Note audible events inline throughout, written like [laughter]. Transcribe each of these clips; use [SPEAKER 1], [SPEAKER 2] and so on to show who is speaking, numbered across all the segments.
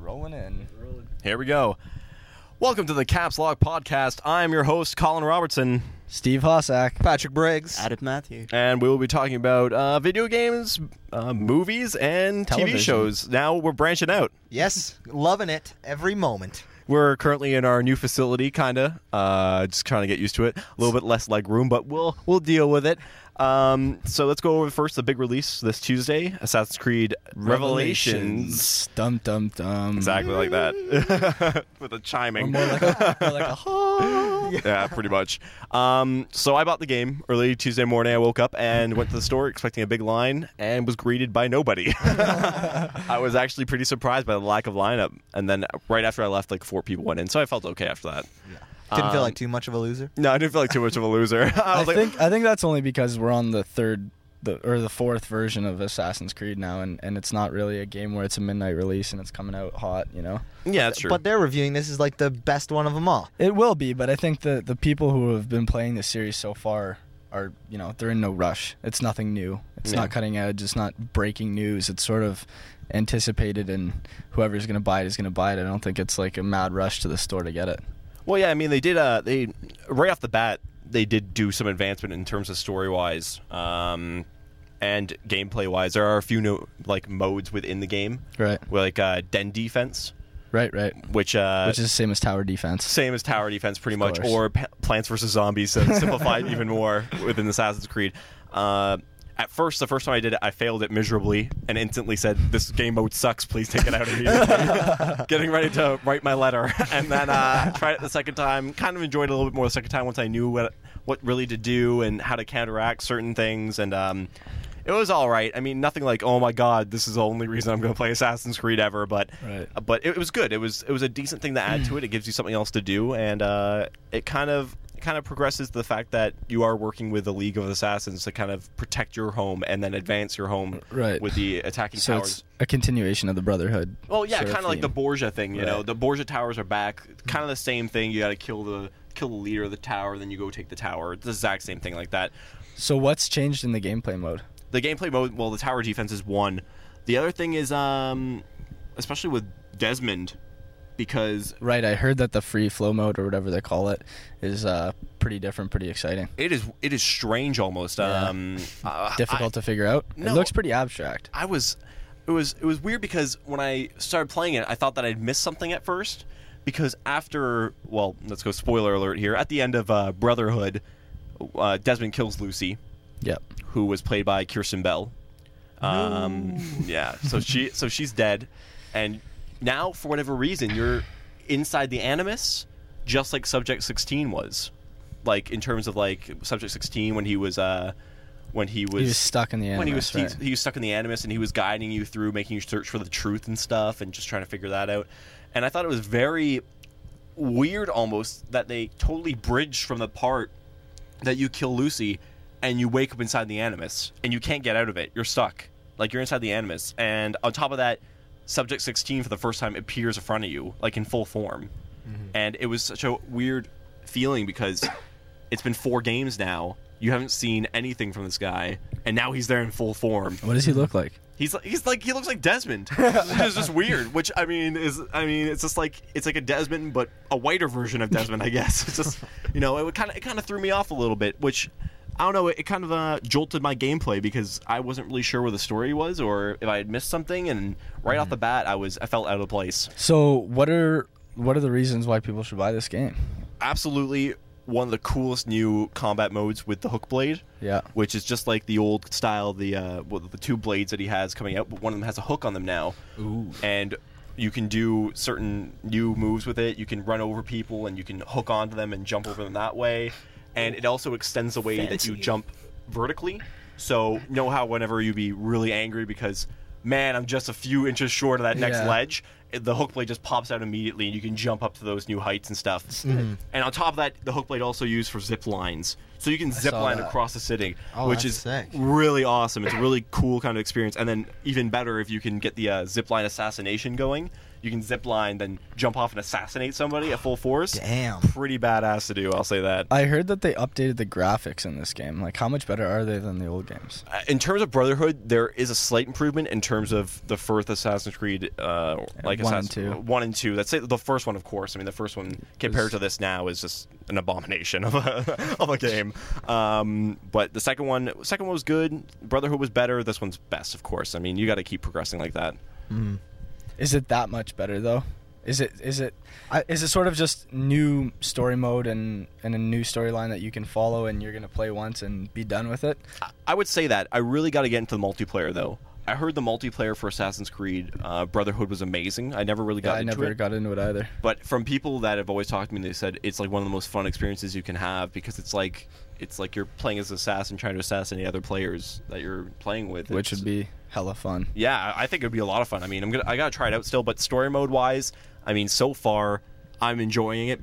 [SPEAKER 1] Rolling in.
[SPEAKER 2] Here we go. Welcome to the Caps Lock Podcast. I'm your host, Colin Robertson,
[SPEAKER 1] Steve Hossack. Patrick Briggs.
[SPEAKER 3] Added Matthew.
[SPEAKER 2] and we will be talking about uh, video games, uh, movies, and
[SPEAKER 3] Television.
[SPEAKER 2] TV shows. Now we're branching out.
[SPEAKER 1] Yes, loving it every moment.
[SPEAKER 2] We're currently in our new facility, kinda. Uh, just trying to get used to it. A little bit less leg room, but we'll we'll deal with it. Um, so let's go over first the big release this Tuesday: Assassin's Creed Revelations.
[SPEAKER 3] Dum dum dum.
[SPEAKER 2] Exactly like that, [laughs] with the chiming.
[SPEAKER 3] More like a, more
[SPEAKER 2] [laughs]
[SPEAKER 3] like a "Huh."
[SPEAKER 2] yeah, pretty much. Um, so I bought the game early Tuesday morning. I woke up and went to the store expecting a big line and was greeted by nobody. [laughs] I was actually pretty surprised by the lack of lineup. And then right after I left, like four people went in, so I felt okay after that.
[SPEAKER 1] Didn't feel
[SPEAKER 2] Um,
[SPEAKER 1] like too much of a loser.
[SPEAKER 2] No, I didn't feel like too much of a loser. [laughs] I was
[SPEAKER 3] I
[SPEAKER 2] like,
[SPEAKER 3] think I think that's only because we're on the third the or the fourth version of Assassin's Creed now and, and it's not really a game where it's a midnight release and it's coming out hot, you know.
[SPEAKER 2] yeah, that's true.
[SPEAKER 1] But they're reviewing this as like the best one of them all.
[SPEAKER 3] It will be, but I think the the people who have been playing the series so far are, you know, they're in no rush. It's nothing new. It's
[SPEAKER 2] Yeah.
[SPEAKER 3] not cutting edge, it's not breaking news. It's sort of anticipated and whoever's going to buy it is going to buy it. I don't think it's like a mad rush to the store to get it.
[SPEAKER 2] Well, yeah, I mean, they did. Uh, they right off the bat, they did do some advancement in terms of story wise, um, and gameplay wise. There are a few new like modes within the game,
[SPEAKER 3] Right.
[SPEAKER 2] like uh, den defense,
[SPEAKER 3] Right, right.
[SPEAKER 2] which uh,
[SPEAKER 3] Which is the same as tower defense.
[SPEAKER 2] same as tower defense, pretty much,
[SPEAKER 3] course.
[SPEAKER 2] or P- Plants vs Zombies, so
[SPEAKER 3] [laughs]
[SPEAKER 2] it's simplified even more within Assassin's Creed. Uh, at first, the first time I did it, I failed it miserably and instantly said, "This game mode sucks. Please take it out of
[SPEAKER 3] [laughs]
[SPEAKER 2] here." [laughs] Getting ready to write my letter, and then uh, tried it the second time. Kind of enjoyed it a little bit more the second time once I knew what what really to do and how to counteract certain things, and um, it was all right. I mean, nothing like, "Oh my god, this is the only reason I'm going to play Assassin's Creed ever," but
[SPEAKER 3] Right.
[SPEAKER 2] but it, it was good. It was it was a decent thing to add to it. It gives you something else to do, and uh, it kind of it kind of progresses the fact that you are working with the League of Assassins to kind of protect your home and then advance your home
[SPEAKER 3] Right.
[SPEAKER 2] with the attacking
[SPEAKER 3] So
[SPEAKER 2] towers.
[SPEAKER 3] it's a continuation of the Brotherhood.
[SPEAKER 2] Well, yeah,
[SPEAKER 3] sort
[SPEAKER 2] kind of like the
[SPEAKER 3] theme.
[SPEAKER 2] Borgia thing, you know.
[SPEAKER 3] Right. Mm-hmm.
[SPEAKER 2] The Borgia towers are back. Kind of the same thing. You got to kill the kill the leader of the tower, then you go take the tower. It's the exact same thing like that.
[SPEAKER 3] So what's changed in the gameplay mode?
[SPEAKER 2] the gameplay mode well the tower defense is one the other thing is um especially with desmond because
[SPEAKER 3] Right, I heard that the free flow mode or whatever they call it is uh, pretty different, pretty exciting.
[SPEAKER 2] it is it is strange almost
[SPEAKER 3] Yeah.
[SPEAKER 2] um uh,
[SPEAKER 3] [laughs] Difficult to figure out.
[SPEAKER 2] No.
[SPEAKER 3] It looks pretty abstract.
[SPEAKER 2] I was it was it was weird because when I started playing it, I thought that I'd missed something at first because after well, let's go spoiler alert here. At the end of uh, Brotherhood, uh, Desmond kills Lucy,
[SPEAKER 3] Yep.
[SPEAKER 2] who was played by Kirsten Bell. Um, yeah, so she so she's dead, and now for whatever reason you're inside the Animus, just like Subject Sixteen was, like in terms of like Subject Sixteen when he was uh when he was
[SPEAKER 3] He was stuck in the animus.
[SPEAKER 2] when he was he-
[SPEAKER 3] right?
[SPEAKER 2] he, was stuck in the animus and he was guiding you through making you search for the truth and stuff and just trying to figure that out and i thought it was very weird almost that they totally bridged from the part that you kill lucy and you wake up inside the animus and you can't get out of it you're stuck like you're inside the animus and on top of that subject 16 for the first time appears in front of you like in full form and it was such a weird feeling because it's been four games now. You haven't seen anything from this guy, and now he's there in full form.
[SPEAKER 3] What does he look like?
[SPEAKER 2] He's like, he's like he looks like [laughs] Desmond. it's just weird. Which I mean is I mean it's just like it's like a Desmond but a whiter version of Desmond. I guess [laughs] it's just you know it kind of it kind of threw me off a little bit. Which I don't know. It, it kind of uh, jolted my gameplay because I wasn't really sure where the story was or if I had missed something. And right off the bat, I was I felt out of place.
[SPEAKER 3] So what are what are the reasons why people should buy this game?
[SPEAKER 2] absolutely one of the coolest new combat modes with the hook blade.
[SPEAKER 3] Yeah.
[SPEAKER 2] Which is just like the old style, the uh, well, the two blades that he has coming out, but one of them has a hook on them now. Ooh. And you can do certain new moves with it. You can run over people and you can hook onto them and jump over them that way. And it also extends the way that you jump vertically. So know how whenever you be really angry because man, I'm just a few inches short of that next
[SPEAKER 3] Yeah.
[SPEAKER 2] ledge edge, the hook blade just pops out immediately, and you can jump up to those new heights and stuff.
[SPEAKER 3] Mm-hmm.
[SPEAKER 2] And on top of that, the hook blade also used for zip lines, so you can zip
[SPEAKER 3] saw
[SPEAKER 2] line
[SPEAKER 3] that.
[SPEAKER 2] across the city,
[SPEAKER 1] Oh,
[SPEAKER 2] which
[SPEAKER 1] that's
[SPEAKER 2] is
[SPEAKER 1] sick.
[SPEAKER 2] really awesome. It's a really [laughs] cool kind of experience, and then even better if you can get the uh, zip line assassination going. You can zip line, then jump off and assassinate somebody at full force.
[SPEAKER 1] Damn.
[SPEAKER 2] pretty badass to do. I'll say that.
[SPEAKER 3] I heard that they updated the graphics in this game. Like how much better are they than the old games?
[SPEAKER 2] in terms of Brotherhood, there is a slight improvement in terms of the first Assassin's Creed, uh, like
[SPEAKER 3] One and
[SPEAKER 2] Assassin-
[SPEAKER 3] two.
[SPEAKER 2] one and two. That's it, the first one, of course. I mean, the first one compared to this now is just an abomination of a [laughs] of a game. Um, but the second one, second one was good. Brotherhood was better. This one's best, of course. I mean, you got to keep progressing like that. Mm-hmm.
[SPEAKER 3] Is it that much better though? Is it is it
[SPEAKER 1] I-
[SPEAKER 3] is it sort of just new story mode and and a new storyline that you can follow and you're gonna play once and be done with it?
[SPEAKER 2] I- I would say that. I really got to get into the multiplayer though. I heard the multiplayer for Assassin's Creed uh, Brotherhood was amazing. I never really
[SPEAKER 3] Yeah,
[SPEAKER 2] got
[SPEAKER 3] I
[SPEAKER 2] into
[SPEAKER 3] never
[SPEAKER 2] it.
[SPEAKER 3] got into it either.
[SPEAKER 2] but from people that have always talked to me they said it's like one of the most fun experiences you can have because it's like it's like you're playing as an assassin trying to assassinate other players that you're playing with
[SPEAKER 3] Which
[SPEAKER 2] It's-
[SPEAKER 3] would be hella fun.
[SPEAKER 2] yeah i think it would be a lot of fun i mean i'm gonna i gotta try it out still but story mode wise i mean so far i'm enjoying it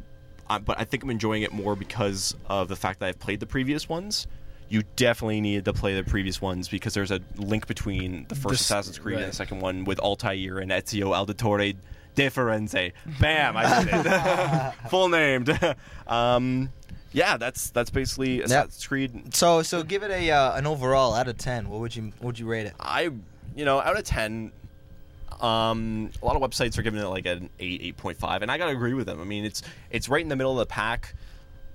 [SPEAKER 2] I, but i think i'm enjoying it more because of the fact that i've played the previous ones you definitely needed to play the previous ones because there's a link between the first
[SPEAKER 3] This-
[SPEAKER 2] Assassin's Creed
[SPEAKER 3] right.
[SPEAKER 2] and the second one with Altair and Ezio Auditore De Firenze. Bam! I did
[SPEAKER 3] [laughs]
[SPEAKER 2] it. [laughs] Full named. um, yeah, that's that's basically Assassin's Creed
[SPEAKER 1] So so give it a uh, an overall out of ten. What would you what would you rate it?
[SPEAKER 2] I, you know, out of ten, um, a lot of websites are giving it like an eight, eight point five, and I gotta agree with them. I mean, it's it's right in the middle of the pack,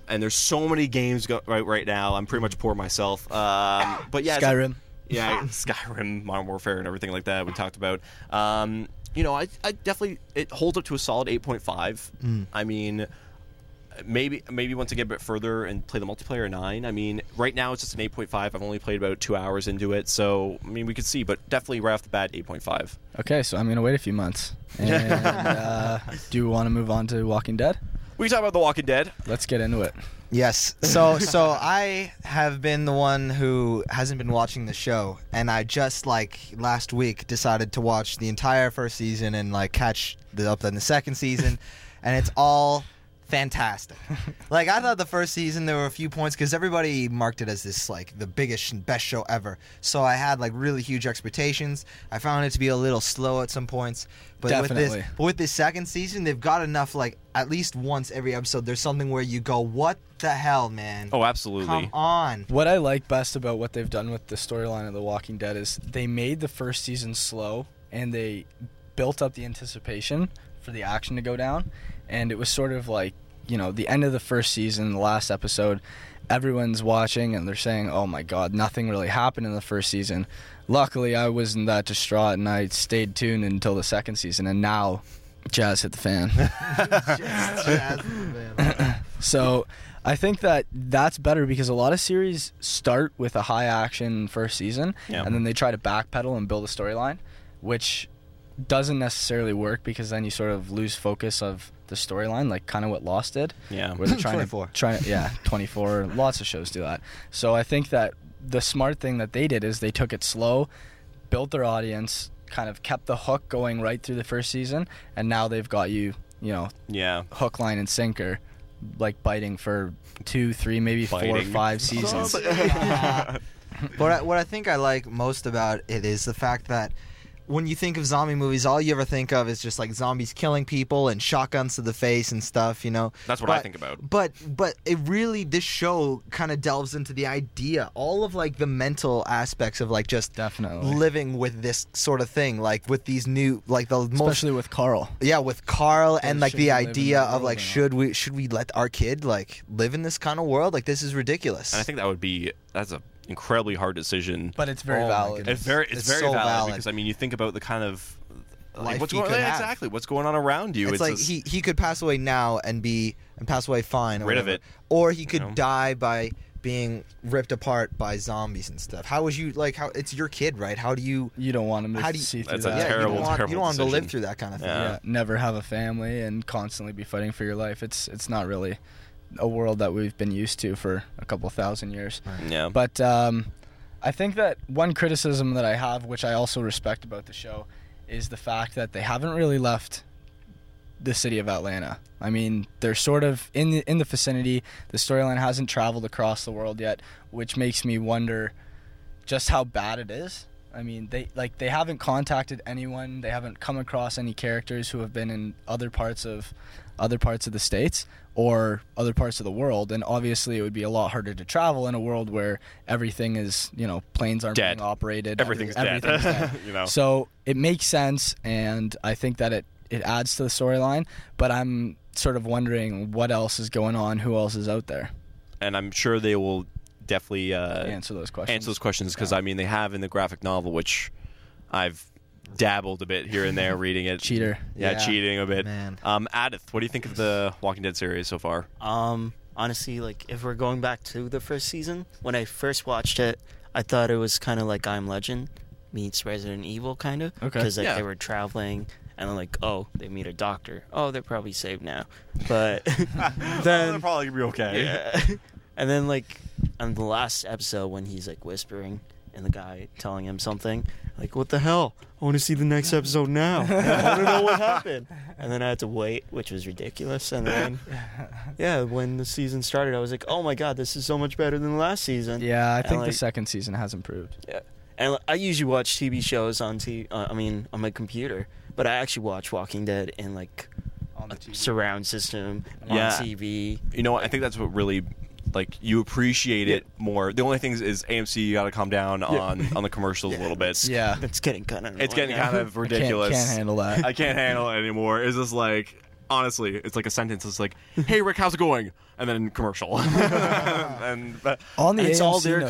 [SPEAKER 2] and there's so many games go- right right now. I'm pretty much poor myself, um, but yeah, it's-
[SPEAKER 3] Skyrim.
[SPEAKER 2] yeah, [laughs] Skyrim, Modern Warfare, and everything like that we talked about. Um, you know, I, I definitely it holds up to a solid eight point five. I mean, maybe maybe once I get a bit further and play the multiplayer nine. I mean, right now it's just an eight point five. I've only played about two hours into it, so I mean we could see, but definitely right off the bat eight point five.
[SPEAKER 3] Okay, so I'm gonna wait a
[SPEAKER 2] [laughs]
[SPEAKER 3] few months. And uh, do you want to move on to Walking Dead?
[SPEAKER 2] We can talk about The Walking Dead.
[SPEAKER 3] Let's get into it.
[SPEAKER 1] Yes. So so I have been the one who hasn't been watching the show, and I just like last week decided to watch the entire first season and like catch the up in the second season, and it's all fantastic. Like I thought the first season there were a few points because everybody marked it as this like the biggest and best show ever. So I had like really huge expectations. I found it to be a little slow at some points, but with this
[SPEAKER 3] Definitely.
[SPEAKER 1] but with this second season, they've got enough. Like at least once every episode, there's something where you go, "What the hell, man?
[SPEAKER 2] Oh, absolutely.
[SPEAKER 1] come on!"
[SPEAKER 3] What I like best about what they've done with the storyline of The Walking Dead is they made the first season slow and they built up the anticipation for the action to go down. And it was sort of like, you know, the end of the first season, the last episode, everyone's watching and they're saying, oh my God, nothing really happened in the first season. Luckily, I wasn't that distraught and I stayed tuned until the second season. And now, Jazz hit the fan. [laughs]
[SPEAKER 1] Just- just-
[SPEAKER 2] [laughs]
[SPEAKER 1] man.
[SPEAKER 3] So I think that that's better because a lot of series start with a high action first season
[SPEAKER 2] Yeah.
[SPEAKER 3] and then they try to backpedal and build a storyline, which doesn't necessarily work because then you sort of lose focus of the storyline, like kind of what Lost did.
[SPEAKER 2] Yeah.
[SPEAKER 3] Where they're trying
[SPEAKER 1] 24.
[SPEAKER 3] to trying yeah, 24, lots of shows do that. So I think that the smart thing that they did is they took it slow, built their audience, kind of kept the hook going right through the first season, and now they've got you, you know,
[SPEAKER 2] yeah.
[SPEAKER 3] hook, line, and sinker, like biting for two, three, maybe four,
[SPEAKER 2] Biting.
[SPEAKER 1] [laughs]
[SPEAKER 3] five seasons.
[SPEAKER 1] What I, what I think I like most about it is the fact that when you think of zombie movies, all you ever think of is just like zombies killing people and shotguns to the face and stuff, you know.
[SPEAKER 2] That's what I think about.
[SPEAKER 1] But but it really this show kind of delves into the idea, all of like the mental aspects of like just
[SPEAKER 3] Definitely.
[SPEAKER 1] living with this sort of thing, like with these new like the most
[SPEAKER 3] Especially with Carl.
[SPEAKER 1] yeah with Carl and like
[SPEAKER 3] should we
[SPEAKER 1] the
[SPEAKER 3] live in
[SPEAKER 1] idea
[SPEAKER 3] that
[SPEAKER 1] of
[SPEAKER 3] world
[SPEAKER 1] like
[SPEAKER 3] or not?
[SPEAKER 1] should we should we let our kid like live in this kind of world? Like this is ridiculous.
[SPEAKER 2] And I think that would be that's a incredibly hard decision.
[SPEAKER 3] But it's very
[SPEAKER 1] Oh my
[SPEAKER 3] valid.
[SPEAKER 1] goodness.
[SPEAKER 2] It's very, it's,
[SPEAKER 1] It's
[SPEAKER 2] very
[SPEAKER 1] so
[SPEAKER 2] valid,
[SPEAKER 1] valid.
[SPEAKER 2] because I mean, you think about the kind of like,
[SPEAKER 1] Life
[SPEAKER 2] what's
[SPEAKER 1] he
[SPEAKER 2] going
[SPEAKER 1] could
[SPEAKER 2] on
[SPEAKER 1] have.
[SPEAKER 2] exactly what's going on around you.
[SPEAKER 1] It's, like
[SPEAKER 2] just-
[SPEAKER 1] he, he could pass away now and be and pass away fine, or
[SPEAKER 2] Rid of
[SPEAKER 1] whatever.
[SPEAKER 2] it.
[SPEAKER 1] or he could
[SPEAKER 2] know?
[SPEAKER 1] die by being ripped apart by zombies and stuff. How would you like? How it's your kid, right? How do you?
[SPEAKER 3] You don't want him to
[SPEAKER 1] How do you-
[SPEAKER 3] see through
[SPEAKER 2] That's a
[SPEAKER 3] that.
[SPEAKER 1] yeah,
[SPEAKER 2] terrible-
[SPEAKER 1] you don't want, you don't want him to live
[SPEAKER 2] decision.
[SPEAKER 1] through that kind of thing.
[SPEAKER 2] Yeah.
[SPEAKER 3] Yeah, never have a family and constantly be fighting for your life. It's it's not really a world that we've been used to for a couple thousand years.
[SPEAKER 2] yeah,
[SPEAKER 3] But um, I think that one criticism that I have, which I also respect about the show, is the fact that they haven't really left the city of Atlanta. I mean, they're sort of in the, in the vicinity. The storyline hasn't traveled across the world yet, which makes me wonder just how bad it is. I mean, they like they haven't contacted anyone. They haven't come across any characters who have been in other parts of other parts of the states or other parts of the world. And obviously, it would be a lot harder to travel in a world where everything is, you know, planes aren't
[SPEAKER 2] Dead.
[SPEAKER 3] being operated.
[SPEAKER 2] [laughs]
[SPEAKER 3] every-
[SPEAKER 2] everything's dead.
[SPEAKER 3] everything's dead.
[SPEAKER 2] you know,
[SPEAKER 3] So it makes sense, and I think that it it adds to the storyline. But I'm sort of wondering what else is going on, who else is out there.
[SPEAKER 2] and I'm sure they will definitely uh,
[SPEAKER 3] answer those questions.
[SPEAKER 2] [laughs] answer those questions because I mean they have in the graphic novel, which I've dabbled a bit here and
[SPEAKER 1] [laughs]
[SPEAKER 2] there reading it.
[SPEAKER 3] Cheater.
[SPEAKER 2] yeah,
[SPEAKER 1] Yeah.
[SPEAKER 2] cheating a bit.
[SPEAKER 1] Man.
[SPEAKER 2] Um, Adith, what do you think of the Walking Dead series so far?
[SPEAKER 4] Um, honestly, like if we're going back to the first season, when I first watched it, I thought it was kind of like I'm Legend meets Resident Evil, kind of.
[SPEAKER 3] Okay.
[SPEAKER 4] Because like
[SPEAKER 2] Yeah.
[SPEAKER 4] they were traveling, and then like, oh, they meet a doctor. Oh, they're probably saved now. But [laughs] then
[SPEAKER 2] [laughs] they're
[SPEAKER 4] [laughs]
[SPEAKER 2] probably gonna be okay.
[SPEAKER 4] yeah. and then like on the last episode when he's like whispering and the guy telling him something like what the hell i want to see the next episode now i don't know what happened and then i had to wait which was ridiculous and then yeah when the season started i was like oh my god this is so much better than the last season
[SPEAKER 3] Yeah, I
[SPEAKER 4] And,
[SPEAKER 3] think the
[SPEAKER 4] like-
[SPEAKER 3] second season has improved.
[SPEAKER 4] yeah. And like, I usually watch TV shows on t- uh, I mean on my computer, but I actually watch Walking Dead in like
[SPEAKER 3] On the
[SPEAKER 4] a surround system
[SPEAKER 2] Yeah.
[SPEAKER 4] on TV.
[SPEAKER 2] You know, what? I think that's what really like you appreciate it more. The only thing is, is AMC you got to calm down on on the commercials a little bit.
[SPEAKER 3] Yeah,
[SPEAKER 4] [laughs] It's getting kind of
[SPEAKER 2] It's getting kind of
[SPEAKER 3] [laughs] I can't,
[SPEAKER 2] ridiculous.
[SPEAKER 3] can't handle that.
[SPEAKER 2] I can't handle it anymore. It's just like honestly, it's like a sentence. It's like, "Hey Rick, how's it going?" And then commercial. [laughs] and but
[SPEAKER 3] On the
[SPEAKER 4] And it's all
[SPEAKER 3] AMC
[SPEAKER 4] their
[SPEAKER 3] note,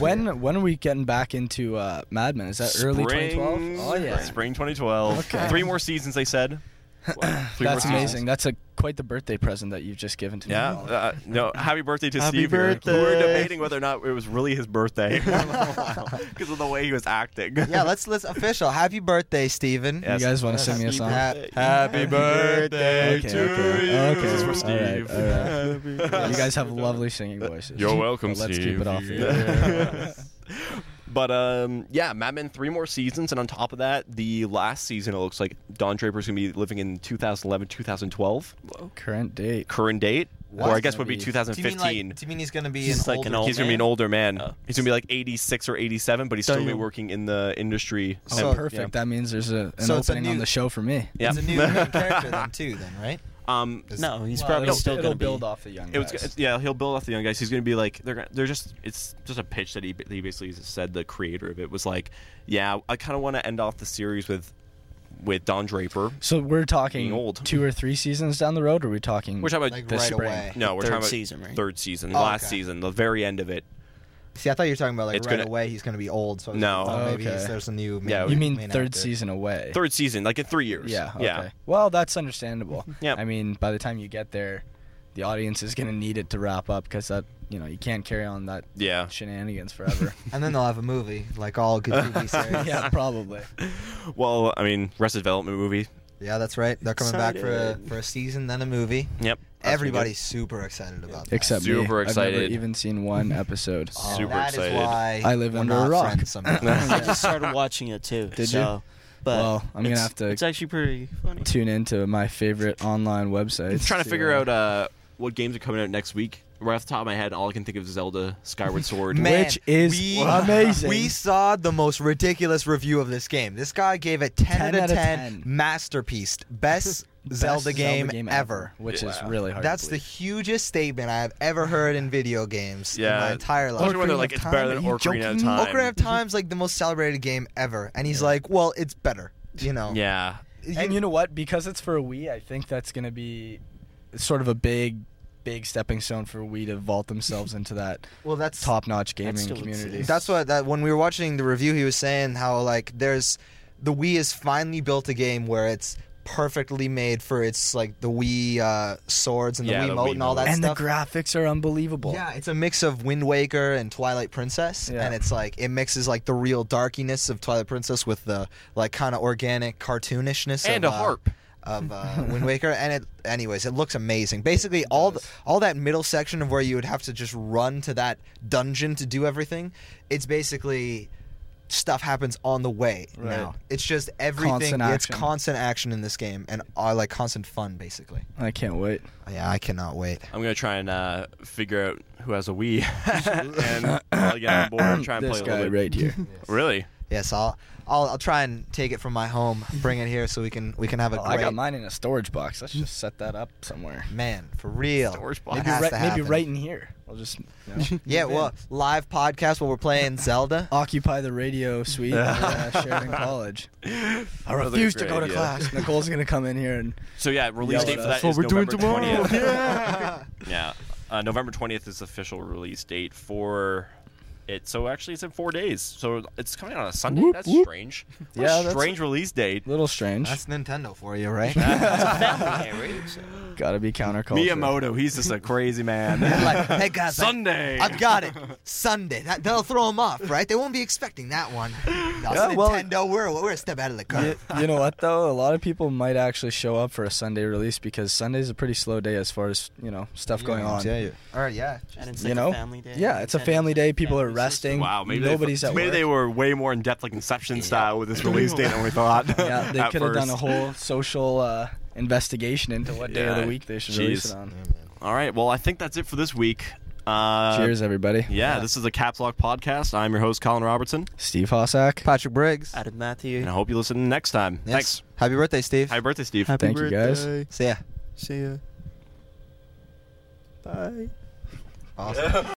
[SPEAKER 3] [laughs] When when are we getting back into uh, Mad Men? Is that early 2012? Oh yeah,
[SPEAKER 2] spring 2012.
[SPEAKER 3] Okay.
[SPEAKER 2] Three more seasons, they
[SPEAKER 3] [clears throat]
[SPEAKER 2] said. Three more
[SPEAKER 3] that's
[SPEAKER 2] seasons.
[SPEAKER 3] amazing. That's a quite the birthday present that you've just given to me.
[SPEAKER 2] Yeah. Uh, no. Happy birthday to
[SPEAKER 4] Happy
[SPEAKER 2] Steve. here.
[SPEAKER 4] birthday.
[SPEAKER 2] We were debating whether or not it was really his birthday because of the way he was acting.
[SPEAKER 1] [laughs] yeah,
[SPEAKER 2] [laughs]
[SPEAKER 1] let's let's official. Happy birthday, Steven.
[SPEAKER 2] Yeah.
[SPEAKER 3] you guys want to sing me a
[SPEAKER 1] Happy
[SPEAKER 3] song?
[SPEAKER 1] birthday.
[SPEAKER 4] Happy
[SPEAKER 1] Happy birthday
[SPEAKER 3] Okay, to okay, you. okay.
[SPEAKER 2] This is for
[SPEAKER 3] All right,
[SPEAKER 2] Steve.
[SPEAKER 3] all right. You guys have lovely singing voices.
[SPEAKER 2] You're welcome,
[SPEAKER 3] But let's
[SPEAKER 2] Steve.
[SPEAKER 3] keep it off. the
[SPEAKER 2] Yeah.
[SPEAKER 3] air.
[SPEAKER 2] [laughs] But um, yeah, Mad Men three more seasons, and on top of that, the last season it looks like Don Draper's gonna be living in 2011, 2012,
[SPEAKER 3] Current date.
[SPEAKER 2] current date,
[SPEAKER 1] What?
[SPEAKER 2] or I guess would be
[SPEAKER 3] Do you mean,
[SPEAKER 1] Do you mean
[SPEAKER 2] 2015.
[SPEAKER 1] like? Do you mean he's gonna be
[SPEAKER 4] He's
[SPEAKER 1] an
[SPEAKER 4] like
[SPEAKER 1] older
[SPEAKER 4] an old-
[SPEAKER 2] He's gonna be an older man.
[SPEAKER 4] Oh.
[SPEAKER 2] He's gonna be like 86 or 87, but he's still gonna be
[SPEAKER 4] Damn.
[SPEAKER 2] working in the industry.
[SPEAKER 3] Oh,
[SPEAKER 1] So-
[SPEAKER 3] perfect.
[SPEAKER 2] Yeah.
[SPEAKER 3] That means there's a, an
[SPEAKER 1] So it's a
[SPEAKER 3] opening
[SPEAKER 1] new-
[SPEAKER 3] on the show for me.
[SPEAKER 2] Yeah.
[SPEAKER 1] It's a
[SPEAKER 2] [laughs]
[SPEAKER 1] new main character then too, then right?
[SPEAKER 2] Um,
[SPEAKER 4] [laughs] No, he's
[SPEAKER 3] Well,
[SPEAKER 4] probably
[SPEAKER 3] it'll,
[SPEAKER 4] still
[SPEAKER 3] it'll
[SPEAKER 4] going to
[SPEAKER 3] build
[SPEAKER 4] be.
[SPEAKER 3] off the young
[SPEAKER 2] It was
[SPEAKER 3] guys.
[SPEAKER 2] it's- yeah. He'll build off the young guys. He's gonna be like they're gonna- they're just it's just a pitch that he he basically said the creator of it was like yeah I kind of want to end off the series with with Don Draper.
[SPEAKER 3] so we're talking
[SPEAKER 2] Being old.
[SPEAKER 3] two or three seasons down the road. Or are we talking?
[SPEAKER 2] We're talking about
[SPEAKER 1] Like
[SPEAKER 3] this
[SPEAKER 1] right
[SPEAKER 3] spring.
[SPEAKER 1] away.
[SPEAKER 2] no, we're
[SPEAKER 4] Third
[SPEAKER 2] talking about
[SPEAKER 4] season, right?
[SPEAKER 2] third season, the
[SPEAKER 1] Oh,
[SPEAKER 2] last
[SPEAKER 1] okay.
[SPEAKER 2] season, the very end of it.
[SPEAKER 1] See, I thought you were talking about like
[SPEAKER 2] It's
[SPEAKER 1] right
[SPEAKER 2] gonna-
[SPEAKER 1] away. He's gonna be old, so I was
[SPEAKER 2] No.
[SPEAKER 1] like, oh,
[SPEAKER 3] Oh,
[SPEAKER 1] maybe
[SPEAKER 3] okay.
[SPEAKER 1] he's- there's a new. Main,
[SPEAKER 2] Yeah,
[SPEAKER 3] You mean
[SPEAKER 1] main
[SPEAKER 3] third
[SPEAKER 1] actor.
[SPEAKER 3] season away?
[SPEAKER 2] Third season, like in three years.
[SPEAKER 3] Yeah. Okay.
[SPEAKER 2] yeah.
[SPEAKER 3] Well, that's understandable.
[SPEAKER 2] Yeah.
[SPEAKER 3] I mean, by the time you get there, the audience is gonna need it to wrap up because that you know you can't carry on that
[SPEAKER 2] Yeah. [laughs]
[SPEAKER 3] shenanigans forever.
[SPEAKER 1] and then they'll have a movie like all good TV series. yeah.
[SPEAKER 3] yeah, probably.
[SPEAKER 2] Well, I mean, Arrested Development movie.
[SPEAKER 1] that's right. They're coming back for a,
[SPEAKER 4] Excited.
[SPEAKER 1] for a season, then a movie.
[SPEAKER 2] Yep. That's
[SPEAKER 1] Everybody's super excited about that.
[SPEAKER 3] Except me.
[SPEAKER 2] Super
[SPEAKER 3] I've
[SPEAKER 2] excited.
[SPEAKER 3] never even seen
[SPEAKER 2] [laughs]
[SPEAKER 3] one episode.
[SPEAKER 1] Oh,
[SPEAKER 2] super
[SPEAKER 1] that is
[SPEAKER 2] excited.
[SPEAKER 1] why
[SPEAKER 3] I live
[SPEAKER 1] we're
[SPEAKER 3] under
[SPEAKER 1] not
[SPEAKER 3] a rock.
[SPEAKER 2] [laughs]
[SPEAKER 1] friends sometimes.
[SPEAKER 4] [laughs]
[SPEAKER 3] [laughs]
[SPEAKER 4] I just started watching it too.
[SPEAKER 3] Did
[SPEAKER 4] so, But
[SPEAKER 3] Well, I'm gonna
[SPEAKER 4] it's-
[SPEAKER 3] have to-
[SPEAKER 4] It's actually pretty funny.
[SPEAKER 3] Tune into my favorite online website.
[SPEAKER 2] I'm trying to figure out uh, what games are coming out next week. Right off the top of my head, all I can think of is Zelda Skyward Sword.
[SPEAKER 1] Man,
[SPEAKER 3] Which is [laughs]
[SPEAKER 1] we-
[SPEAKER 3] amazing.
[SPEAKER 1] We saw the most ridiculous review of this game. This guy gave it 10,
[SPEAKER 3] 10
[SPEAKER 1] out
[SPEAKER 3] out
[SPEAKER 1] of
[SPEAKER 3] of
[SPEAKER 1] 10,
[SPEAKER 3] 10.
[SPEAKER 1] masterpiece,
[SPEAKER 3] [laughs]
[SPEAKER 1] best,
[SPEAKER 3] Best
[SPEAKER 1] Zelda, game ever.
[SPEAKER 3] which is
[SPEAKER 2] Wow.
[SPEAKER 3] really hard.
[SPEAKER 1] That's
[SPEAKER 3] to
[SPEAKER 1] the hugest statement I have ever heard in video games in my
[SPEAKER 2] Yeah.
[SPEAKER 1] entire
[SPEAKER 2] I
[SPEAKER 1] life.
[SPEAKER 2] wonder when they're
[SPEAKER 3] Ocarina
[SPEAKER 2] like,
[SPEAKER 3] of
[SPEAKER 2] it's
[SPEAKER 3] Time?
[SPEAKER 2] better than
[SPEAKER 3] Are
[SPEAKER 2] Ocarina
[SPEAKER 3] you
[SPEAKER 2] of
[SPEAKER 3] joking?
[SPEAKER 2] Time.
[SPEAKER 1] Ocarina of Time's like the most celebrated game ever, and he's like, "Well, it's better," you know.
[SPEAKER 2] Yeah.
[SPEAKER 1] You-
[SPEAKER 3] and you know what? Because it's for a Wii, I think that's going to be sort of a big, big stepping stone for Wii to vault themselves into that
[SPEAKER 1] well, that's
[SPEAKER 3] top-notch gaming
[SPEAKER 4] still
[SPEAKER 3] community.
[SPEAKER 4] exists.
[SPEAKER 1] That's what that when we were watching the review, he was saying how like there's the Wii has finally built a game where it's perfectly made for its like the Wii uh, swords and the
[SPEAKER 2] Yeah,
[SPEAKER 1] Wii
[SPEAKER 2] the
[SPEAKER 1] Wiimote and all
[SPEAKER 2] Wiimote.
[SPEAKER 1] that
[SPEAKER 3] and
[SPEAKER 1] stuff.
[SPEAKER 3] the graphics are unbelievable.
[SPEAKER 1] yeah, it's a mix of Wind Waker and Twilight Princess,
[SPEAKER 3] Yeah.
[SPEAKER 1] and it's like it mixes like the real darkiness of Twilight Princess with the like kind of organic cartoonishness
[SPEAKER 2] And
[SPEAKER 1] of,
[SPEAKER 2] a
[SPEAKER 1] uh,
[SPEAKER 2] harp.
[SPEAKER 1] of uh, Wind Waker, and it, anyways, it looks amazing. Basically, all the, all that middle section of where you would have to just run to that dungeon to do everything, it's basically stuff happens on the way
[SPEAKER 3] Right.
[SPEAKER 1] now. It's just everything.
[SPEAKER 3] Constant
[SPEAKER 1] it's
[SPEAKER 3] action.
[SPEAKER 1] constant action in this game, and uh, like constant fun, basically.
[SPEAKER 3] I can't wait.
[SPEAKER 1] Yeah, I cannot wait.
[SPEAKER 2] I'm going to try and uh, figure [laughs] out who has a Wii and I'll get on board and try and
[SPEAKER 3] this
[SPEAKER 2] play a little
[SPEAKER 3] guy
[SPEAKER 2] bit.
[SPEAKER 1] [laughs]
[SPEAKER 3] right here.
[SPEAKER 2] Really?
[SPEAKER 1] Yes, I'll, I'll I'll try and take it from
[SPEAKER 3] [laughs]
[SPEAKER 1] my home, bring it here, so we can we can have a
[SPEAKER 3] Well,
[SPEAKER 1] great
[SPEAKER 3] Oh, I got mine in a storage box. Let's just set that up somewhere.
[SPEAKER 1] man for real.
[SPEAKER 2] Storage
[SPEAKER 1] It
[SPEAKER 2] box.
[SPEAKER 3] Maybe
[SPEAKER 1] has
[SPEAKER 3] right,
[SPEAKER 1] to
[SPEAKER 3] maybe
[SPEAKER 1] happen.
[SPEAKER 3] right in here. I'll just you know,
[SPEAKER 1] [laughs] Yeah,
[SPEAKER 3] move in.
[SPEAKER 1] well, live podcast while we're
[SPEAKER 3] [laughs]
[SPEAKER 1] playing Zelda.
[SPEAKER 3] occupy the radio suite at [laughs] uh, Sheridan College.
[SPEAKER 2] I
[SPEAKER 3] Refuse to go to class. [laughs] Nicole's gonna come in here and
[SPEAKER 2] So yeah, release
[SPEAKER 3] Yell
[SPEAKER 2] date
[SPEAKER 3] at
[SPEAKER 2] for that
[SPEAKER 3] us.
[SPEAKER 2] is
[SPEAKER 4] That's what we're doing
[SPEAKER 2] November
[SPEAKER 4] tomorrow.
[SPEAKER 1] [laughs]
[SPEAKER 2] 20th.
[SPEAKER 4] Yeah.
[SPEAKER 2] yeah. Uh, November 20th is the official release date for it. So actually, it's in four days. So it's coming out on a Sunday.
[SPEAKER 4] Whoop,
[SPEAKER 2] that's
[SPEAKER 4] whoop.
[SPEAKER 2] strange.
[SPEAKER 3] Yeah,
[SPEAKER 2] What a
[SPEAKER 3] that's-
[SPEAKER 2] strange release date. [laughs]
[SPEAKER 3] little strange.
[SPEAKER 1] That's Nintendo for you,
[SPEAKER 3] [laughs]
[SPEAKER 1] right?
[SPEAKER 3] Gotta be counterculture.
[SPEAKER 2] Miyamoto, he's just a crazy man. [laughs]
[SPEAKER 1] like, hey guys, I-
[SPEAKER 2] Sunday.
[SPEAKER 1] I've got it. Sunday. That, that'll throw them off, right? They won't be expecting that one. No,
[SPEAKER 3] [laughs]
[SPEAKER 1] it's
[SPEAKER 3] Yeah, well-
[SPEAKER 1] Nintendo, we're, we're a step out of the
[SPEAKER 3] you,
[SPEAKER 1] curve.
[SPEAKER 3] you know what though? A lot of people might actually show up for a Sunday release because Sunday's a pretty slow day as far as you know stuff going on.
[SPEAKER 1] All right, yeah. just-
[SPEAKER 4] And it's
[SPEAKER 3] You
[SPEAKER 4] like
[SPEAKER 3] know?
[SPEAKER 4] a family day.
[SPEAKER 3] Yeah, it's a family day. People are resting.
[SPEAKER 2] Wow, maybe
[SPEAKER 3] nobody's
[SPEAKER 2] they,
[SPEAKER 3] at
[SPEAKER 2] maybe
[SPEAKER 3] work.
[SPEAKER 2] they were way more in depth, like Inception style, with this release date than we thought.
[SPEAKER 3] [laughs] yeah,
[SPEAKER 2] [laughs]
[SPEAKER 3] they
[SPEAKER 2] at
[SPEAKER 3] could have done a
[SPEAKER 2] first.
[SPEAKER 3] whole social uh, investigation into what day of
[SPEAKER 2] Yeah.
[SPEAKER 3] the week they should release
[SPEAKER 2] Jeez.
[SPEAKER 3] it on.
[SPEAKER 2] All right, well, I think that's it for this week. Uh,
[SPEAKER 3] Cheers, everybody.
[SPEAKER 2] Yeah, this is the Caps Lock Podcast. I'm your host, Colin Robertson,
[SPEAKER 3] Steve Hossack.
[SPEAKER 1] Patrick Briggs.
[SPEAKER 4] Out of Matthew.
[SPEAKER 2] and I hope you listen next time.
[SPEAKER 1] Yes.
[SPEAKER 2] Uh, Thanks.
[SPEAKER 1] Happy birthday, Steve.
[SPEAKER 2] Happy birthday, Steve.
[SPEAKER 4] Happy
[SPEAKER 3] Thank you, guys.
[SPEAKER 4] birthday.
[SPEAKER 1] See ya.
[SPEAKER 4] See ya. Bye.
[SPEAKER 1] Awesome.